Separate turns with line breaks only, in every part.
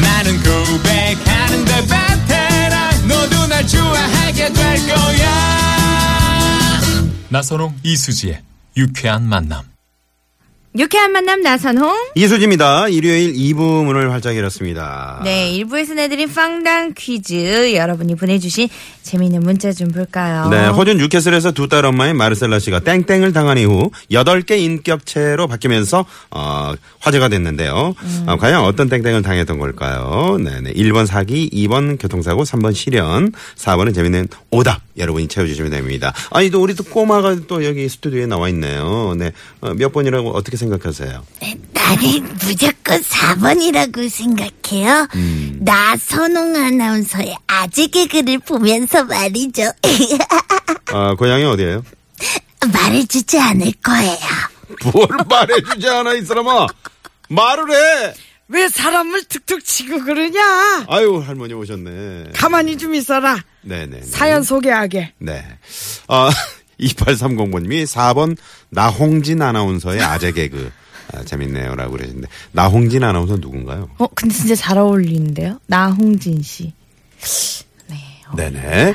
나는 고백하는데 그 베테랑 너도 날 좋아하게 될 거야
나선웅 이수지의 유쾌한 만남.
유쾌한 만남 나선홍.
이수지입니다. 일요일 2부 문을 활짝 열었습니다.
네, 일부에서 내드린 빵당 퀴즈 여러분이 보내주신 재미있는 문자 좀 볼까요?
네, 호주 뉴캐슬에서 두 딸 엄마인 마르셀라 씨가 땡땡을 당한 이후 8개 인격체로 바뀌면서 어, 화제가 됐는데요. 어, 과연 어떤 땡땡을 당했던 걸까요? 네, 네. 1번 사기, 2번 교통사고, 3번 실현, 4번은 재밌는 오답 여러분이 채워주시면 됩니다. 아니, 또 우리 또 꼬마가 또 여기 스튜디오에 나와 있네요. 네, 어, 몇 번이라고 어떻게 생각하세요?
나는 무조건 4번이라고 생각해요. 나 선홍 아나운서의 아재 개그를 보면서 말이죠.
아, 고향이 어디예요?
말해주지 않을 거예요.
뭘 말해주지 않아, 이 사람아! 말을 해!
왜 사람을 툭툭 치고 그러냐?
아유, 할머니 오셨네.
가만히 좀 있어라.
네네.
사연 소개하게.
네. 아, 2830번님이 4번 나홍진 아나운서의 아재 개그. 아, 재밌네요. 라고 그러시는데. 나홍진 아나운서 누군가요?
어, 근데 진짜 잘 어울리는데요? 나홍진 씨.
네네.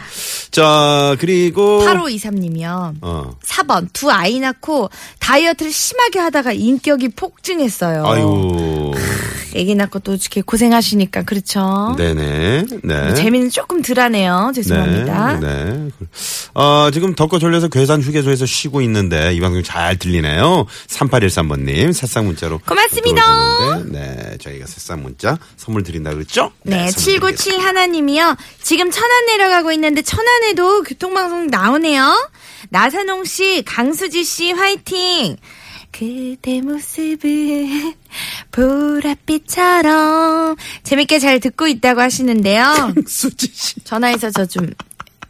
자,
어.
그리고.
8523님이요.
어.
4번, 두 아이 낳고 다이어트를 심하게 하다가 인격이 폭증했어요.
아유.
애기 낳고 또 이렇게 고생하시니까,
어.
그렇죠?
네네. 네.
재미는 조금 덜하네요. 죄송합니다.
네. 네. 어, 지금 덥고 졸려서 괴산 휴게소에서 쉬고 있는데 이 방송 잘 들리네요. 3813번님 새싹 문자로
고맙습니다.
들어오셨는데, 네, 저희가 새싹 문자 선물 드린다 그랬죠?
네,
선물
797 하나님이요. 지금 천안 내려가고 있는데 천안에도 교통방송 나오네요. 나선홍 씨, 강수지 씨 화이팅. 그대 모습은 보랏빛처럼 재밌게 잘 듣고 있다고 하시는데요.
수지 씨.
전화해서 저 좀.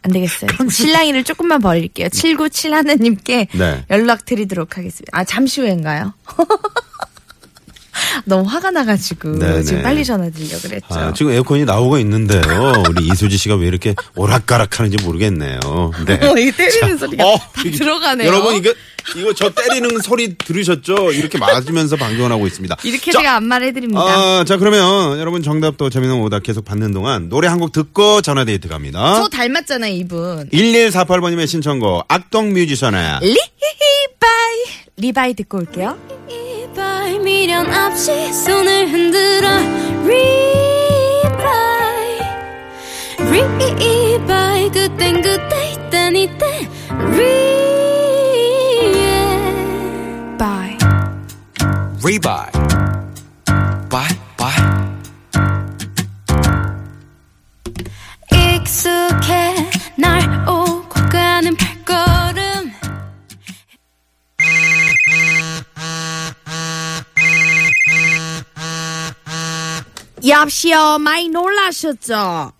안 되겠어요. 신랑이를 조금만 벌릴게요. 797 하나님께
네.
연락 드리도록 하겠습니다. 아, 잠시 후인가요? 너무 화가 나가지고
네,
지금
네.
빨리 전화 드리려고 그랬죠.
아, 지금 에어컨이 나오고 있는데요. 우리 이수지 씨가 왜 이렇게 오락가락 하는지 모르겠네요. 네.
어, 이 때리는 소리가 다
이게-
들어가네요.
여러분, 이거, 이거 저 때리는 소리 들으셨죠? 이렇게 맞으면서 방송을 하고 있습니다.
이렇게
자,
제가 안말해드립니다.
아, 자, 그러면 여러분 정답도 재미있는 오답 계속 받는 동안 노래 한 곡 듣고 전화데이트 갑니다.
저 닮았잖아요, 이분.
1148번님의 신청곡, 악동 뮤지션의
리바이. 리바이 듣고 올게요.
미련 없이 손을 흔들어 리바이 리바이 그땐 그때 이땐 이때 리
리바이 바이 바이
익숙해 날 오고 가는 발걸음
엽시요, 많이 놀라셨죠?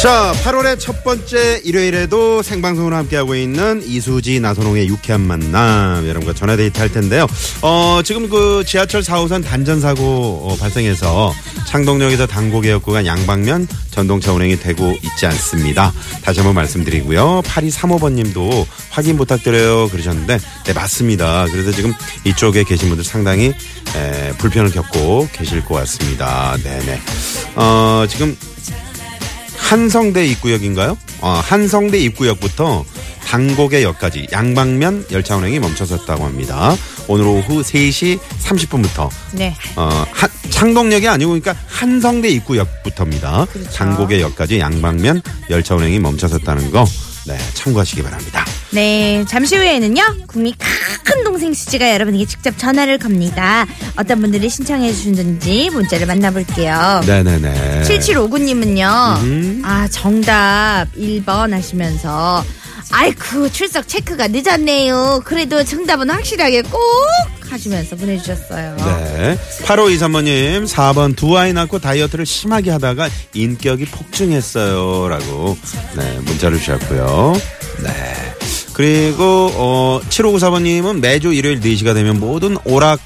자, 8월의 첫 번째 일요일에도 생방송으로 함께하고 있는 이수지 나선홍의 유쾌한 만남 여러분과 전화데이트 할 텐데요. 어, 지금 그 지하철 4호선 단전사고 어, 발생해서 창동역에서 단고개역 구간 양방면 전동차 운행이 되고 있지 않습니다. 다시 한번 말씀드리고요. 8235번님도 확인 부탁드려요 그러셨는데 네, 맞습니다. 그래서 지금 이쪽에 계신 분들 상당히 에, 불편을 겪고 계실 것 같습니다. 네네. 어, 지금 한성대 입구역인가요? 어, 한성대 입구역부터 당고개역까지 양방면 열차 운행이 멈춰섰다고 합니다. 오늘 오후 3시 30분부터
네.
어, 한- 창동역이 아니고 그러니까 한성대 입구역부터입니다. 당고개역까지 양방면 열차 운행이 멈춰섰다는 거 네, 참고하시기 바랍니다.
네, 잠시 후에는요, 국민 큰 동생 수지가 여러분에게 직접 전화를 겁니다. 어떤 분들이 신청해 주셨는지 문자를 만나볼게요.
네네네. 음.
7759님은요, 아, 정답 1번 하시면서, 아이쿠 출석 체크가 늦었네요. 그래도 정답은 확실하게 꼭 하시면서 보내주셨어요.
네. 8523번님, 4번 두 아이 낳고 다이어트를 심하게 하다가 인격이 폭증했어요. 라고, 네, 문자를 주셨고요. 네. 그리고, 어, 7594번님은 매주 일요일 4시가 되면 모든 오락,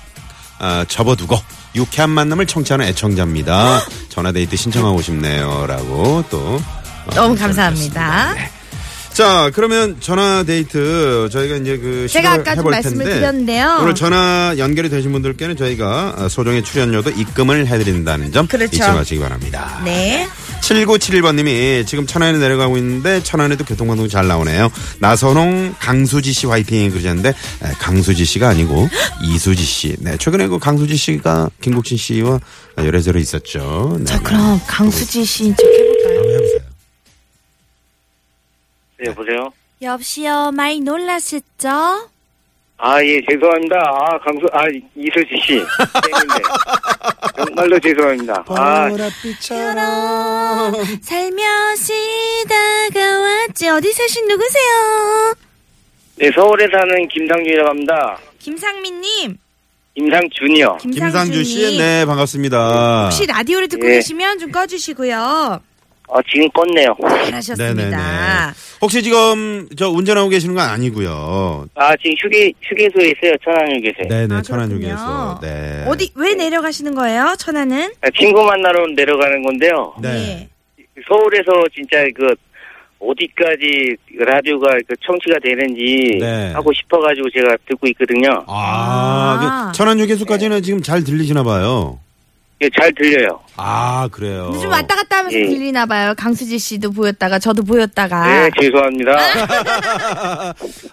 아, 접어두고, 유쾌한 만남을 청취하는 애청자입니다. 전화데이트 신청하고 싶네요. 라고 또. 어,
너무
문자를
감사합니다.
주셨습니다. 네. 자, 그러면 전화 데이트 저희가 이제 그 시도를
제가 아까 좀
해볼
말씀을
텐데
드렸는데요.
오늘 전화 연결이 되신 분들께는 저희가 어, 소정의 출연료도 입금을 해드린다는 점
그렇죠.
잊지 마시기 바랍니다.
네.
7971번님이 지금 천안에 내려가고 있는데 천안에도 교통방송 잘 나오네요. 나선홍 강수지 씨 화이팅 그러셨는데 에, 강수지 씨가 아니고 이수지 씨. 네, 최근에 그 강수지 씨가 김국진 씨와 열애설이 있었죠. 네,
저 그럼 강수지 씨좀 해볼까요?
한번 해보세요.
네, 여보세요?
여보세요. 많이 놀랐었죠?
아, 예, 죄송합니다. 아, 강수, 아, 이수지 씨. 팬인데. 정말로 죄송합니다.
어.
아,
아.
보랏빛처럼
살며시 다가왔지. 어디 사신 누구세요?
네, 서울에 사는 김상준이라고 합니다.
김상민님.
임상준이요.
김상준 씨,
김상준님.
네 반갑습니다.
혹시 라디오를 듣고
예.
계시면 좀 꺼주시고요.
아, 지금 껐네요.
네네네.
잘하셨습니다.
혹시 지금 저 운전하고 계시는 건 아니고요.
아, 지금 휴게, 휴게소에 있어요. 천안휴게소에.
네네
아,
천안
그렇군요.
중에서 네
어디 왜 내려가시는 거예요? 천안은? 예.
아, 친구 만나러 내려가는 건데요.
네.
서울에서 진짜 그, 어디까지 라디오가 그 청취가 되는지
네.
하고 싶어가지고 제가 듣고 있거든요.
아, 네.
아.
천안 휴게소까지는 지금 잘 들리시나 봐요.
예, 잘 들려요.
아 그래요.
근데 좀 왔다 갔다 하면서
예.
들리나 봐요. 강수지 씨도 보였다가 저도 보였다가.
네, 죄송합니다.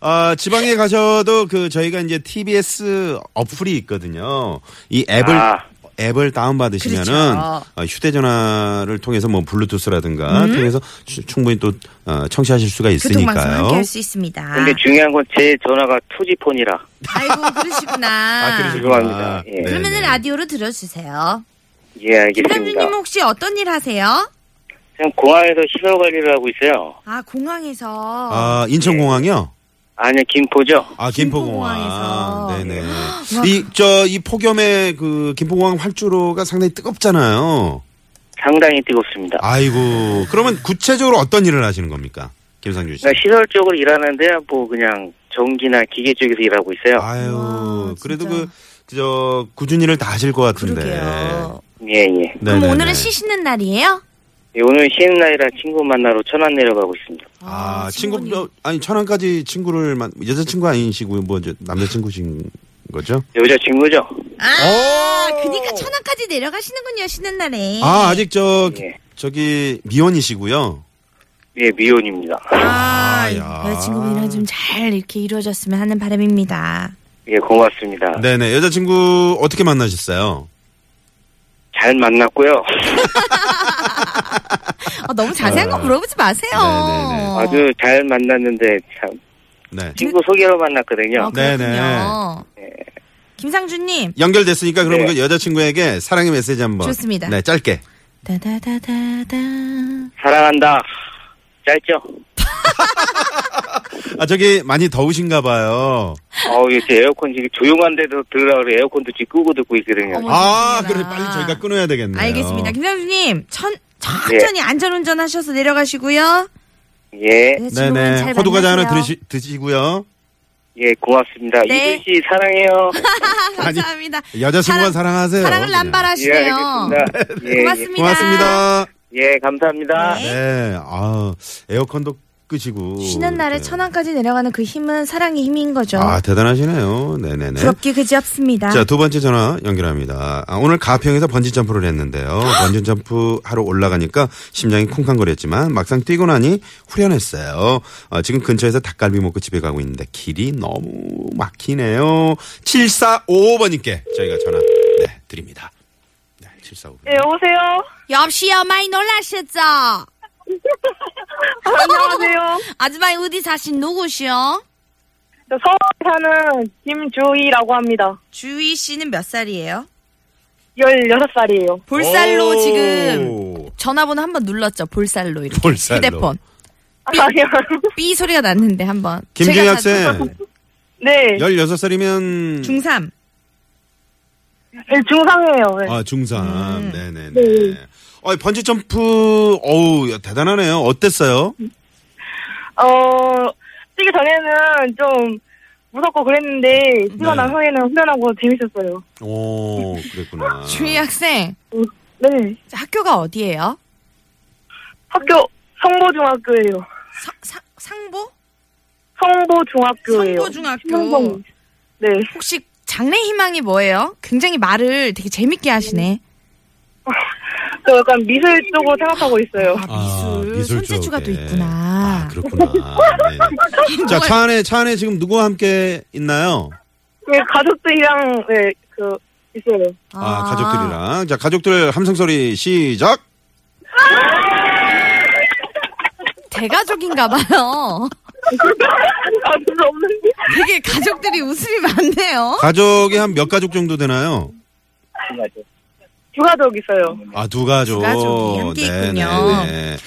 아
네.
지방에 가셔도 그 저희가 이제 TBS 어플이 있거든요. 이 앱을
아.
앱을 다운 받으시면은 어,
그렇죠.
휴대전화를 통해서 뭐 블루투스라든가 통해서 추- 충분히 또 어, 청취하실 수가
음. 교통방송
있으니까요.
함께 할 수 있습니다.
근데 중요한 건 제 전화가 투지폰이라.
아이고 그러시구나.
아, 그러시구나.
죄송합니다. 예.
네,
그러면은 아,
네.
라디오로 들어주세요.
예, 알겠습니다.
김남준님 혹시 어떤 일 하세요?
지금 공항에서 시설 관리를 하고 있어요.
아 공항에서.
아 인천공항이요?
아니요, 김포죠.
아 김포공항.
김포공항에서.
네네. 이 저 이 폭염에 그 김포공항 활주로가 상당히 뜨겁잖아요.
상당히 뜨겁습니다.
아이고. 그러면 구체적으로 어떤 일을 하시는 겁니까, 김상준 씨?
그러니까 시설 쪽으로 일하는데 뭐 그냥 전기나 기계 쪽에서 일하고 있어요.
아유.
와,
그래도
진짜.
그저 꾸준히를 다 하실 것 같은데.
그러게요.
예, 예.
네네네.
그럼 오늘은 쉬시는 날이에요?
예, 오늘 쉬는 날이라 친구 만나러 천안 내려가고 있습니다.
아, 친구
친구님.
저, 아니 천안까지 친구를 만 여자친구 아니시고 뭐 이제 남자친구신 거죠?
여자친구죠?
아,
오!
그니까 천안까지 내려가시는군요, 쉬는 날에.
아 아직 저
예.
저기 미혼이시고요.
예, 미혼입니다.
아,
아, 야.
여자친구분이랑 좀 잘 이렇게 이루어졌으면 하는 바람입니다.
예, 고맙습니다.
네네 여자친구 어떻게 만나셨어요?
잘 만났고요.
아, 너무 자세한 거 물어보지 마세요.
네. 네네네.
어.
아주 잘 만났는데 참
네.
친구 소개로 만났거든요.
아, 그렇군요.
네네.
김상준님.
연결됐으니까 그러면
네.
그 여자친구에게 사랑의 메시지 한번.
좋습니다.
네, 짧게.
다다다다다.
사랑한다. 짧죠?
아 저기 많이 더우신가 봐요.
어우, 이제 에어컨 지금 조용한데도 들으라 그래. 에어컨도 지금 끄고 듣고 있거든요.
어머.
아
그러시구나.
그래 빨리 저희가 끊어야 되겠네요.
알겠습니다. 김상준님, 천,
네.
천천히 안전운전 하셔서 내려가시고요.
예.
여자친구분
네네.
잘
호두 과자 하나
만나세요.
드시, 드시고요.
예, 고맙습니다.
네.
이순 씨 사랑해요.
감사합니다.
여자친구만
사랑-
사랑하세요.
사랑을
그냥.
예,
남발하시네요.
알겠습니다. 예, 예,
고맙습니다.
고맙습니다.
예, 감사합니다.
네.
네. 아 에어컨도 끄시고.
쉬는 날에
네.
천안까지 내려가는 그 힘은 사랑의 힘인 거죠.
아 대단하시네요. 네네네.
부럽기 그지없습니다.
자, 두 번째 전화 연결합니다. 아, 오늘 가평에서 번지점프를 했는데요.
아!
번지점프 하러 올라가니까 심장이 쿵쾅거렸지만 막상 뛰고 나니 후련했어요. 아, 지금 근처에서 닭갈비 먹고 집에 가고 있는데 길이 너무 막히네요. 7455번님께 저희가 전화 네, 드립니다. 네, 7455.
네, 여보세요?
여보시요 많이 놀라셨죠?
안녕하세요.
아줌마이 어디 사신 누구시요?
저 서울에 사는 김주희라고 합니다.
주희 씨는 몇 살이에요?
16살이에요.
볼살로
오.
지금 전화번호 한번 눌렀죠. 볼살로 이렇게
볼살로.
휴대폰.
아니요.
삐 소리가 났는데 한번.
김중희
제가
학생
네.
16살이면
중3.
네, 중3이에요. 네.
아, 중3.
음.
네네네. 어, 번지점프, 어우, 대단하네요. 어땠어요?
어, 뛰기 전에는 좀 무섭고 그랬는데, 뛰고
네.
난 후에는 훈련하고 재밌었어요.
오, 그랬구나.
중희 학생,
네.
학교가 어디예요?
학교 성보중학교예요.
서- 사- 상보?
성보중학교예요.
성보중학교.
신흥동. 네.
혹시 장래 희망이 뭐예요? 굉장히 말을 되게 재밌게 하시네.
저 약간 미술 쪽으로 생각하고 있어요.
아,
미술, 손재주가
쪽에.
또 있구나.
아, 그렇구나. 네네. 자, 차 안에, 차 안에 지금 누구와 함께 있나요?
네, 가족들이랑, 네, 그, 있어요.
아, 가족들이랑. 자, 가족들 함성소리 시작!
대가족인가 봐요.
가족들 아, 없는데?
되게 가족들이 웃음이 많네요.
가족이 한 몇 가족 정도 되나요?
두 가족 있어요.
아, 두 가족. 네,
두 가족이 함께 있군요.
네네네.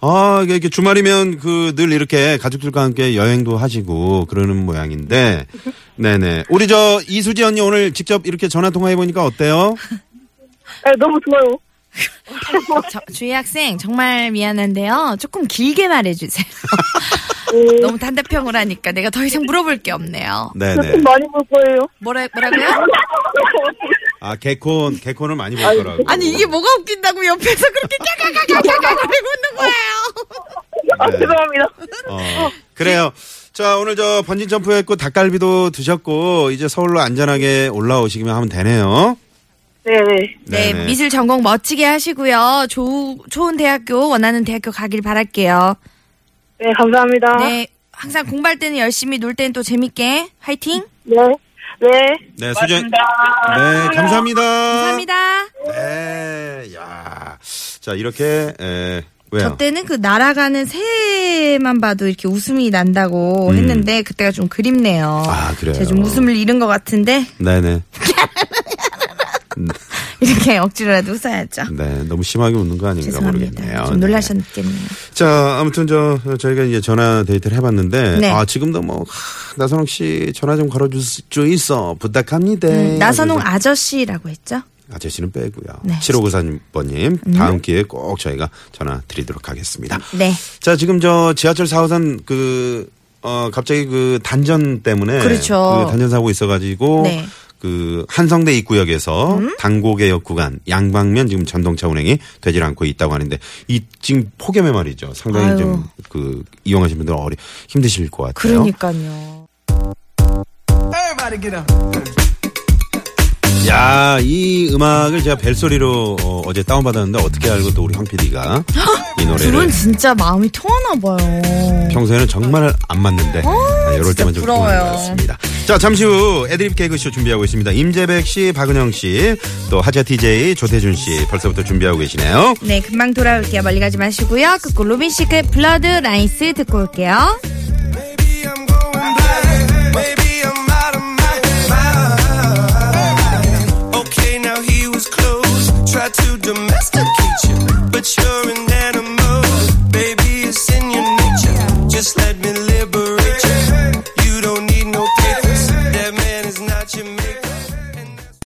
아, 이게 이렇게 주말이면 그 늘 이렇게 가족들과 함께 여행도 하시고 그러는 모양인데. 네네. 우리 저 이수지 언니 오늘 직접 이렇게 전화 통화해보니까 어때요?
네, 너무 좋아요.
저, 주희 학생 정말 미안한데요. 조금 길게 말해주세요. 너무 단답형으로 하니까 내가 더 이상 물어볼 게 없네요.
네네.
좀 많이 볼 거예요.
뭐라 뭐라고요?
아, 개콘, 개콘을 많이 볼 거라고.
아니 이게 뭐가 웃긴다고 옆에서 그렇게 까까까까까거리고 있는 거예요.
아,
네.
죄송합니다.
어, 그래요. 자, 오늘 저 번진점프 했고 닭갈비도 드셨고 이제 서울로 안전하게 올라오시기만 하면 되네요.
네네.
네,
네네.
미술 전공 멋지게 하시고요. 좋 좋은 대학교 원하는 대학교 가길 바랄게요.
네, 감사합니다.
네, 항상 공부할 때는 열심히 놀 때는 또 재밌게 화이팅.
네. 네.
네, 수지. 언- 네, 감사합니다.
감사합니다.
네, 야. 자, 이렇게, 에,
저
왜요?
때는 그 날아가는 새만 봐도 이렇게 웃음이 난다고 했는데 그때가 좀 그립네요.
아, 그래요?
제가 좀 웃음을 잃은 것 같은데
네네.
이렇게 억지로라도 웃어야죠.
네, 너무 심하게 웃는 거 아닌가 모르겠네요.
죄송합니다. 좀
네.
놀라셨겠네요.
자, 아무튼 저, 저희가 이제 전화 데이트를 해봤는데,
네.
아, 지금도 뭐, 하, 나선홍 씨 전화 좀 걸어줄 수 있어. 부탁합니다.
음, 나선홍
음, 그래서
아저씨라고 했죠?
아저씨는 빼고요.
네.
7594번님, 다음 기회에 꼭 저희가 전화 드리도록 하겠습니다.
네.
자, 지금 저 지하철 4호선 그, 어, 갑자기 그 단전 때문에.
그렇죠.
그 단전 사고 있어가지고.
네. 음?
그 한성대 입구역에서 당고개역 구간 양방면 지금 전동차 운행이 되질 않고 있다고 하는데 이 지금 폭염에 말이죠 상당히
아유.
좀 그 이용하시는 분들 어려 힘드실 것 같아요.
그러니까요.
야, 이 음악을 제가 벨소리로 어, 어제 다운 받았는데 어떻게 알고 또 우리 황 PD가 이
둘은
노래를
진짜 마음이 통하나 봐요.
평소에는 정말 안 맞는데 아, 이럴 때만 좀
네. 어, 부러워요.
통하는 것 같습니다. 자 잠시 후 애드립 개그쇼 준비하고 있습니다. 임재백 씨, 박은영 씨, 또 하재 TJ, 조태준 씨 벌써부터 준비하고 계시네요.
네, 금방 돌아올게요. 멀리 가지 마시고요. 끝고 로빈 씨의 블러드 라이스 듣고 올게요.
Okay, now he was close. Tried to domesticate you, but you're in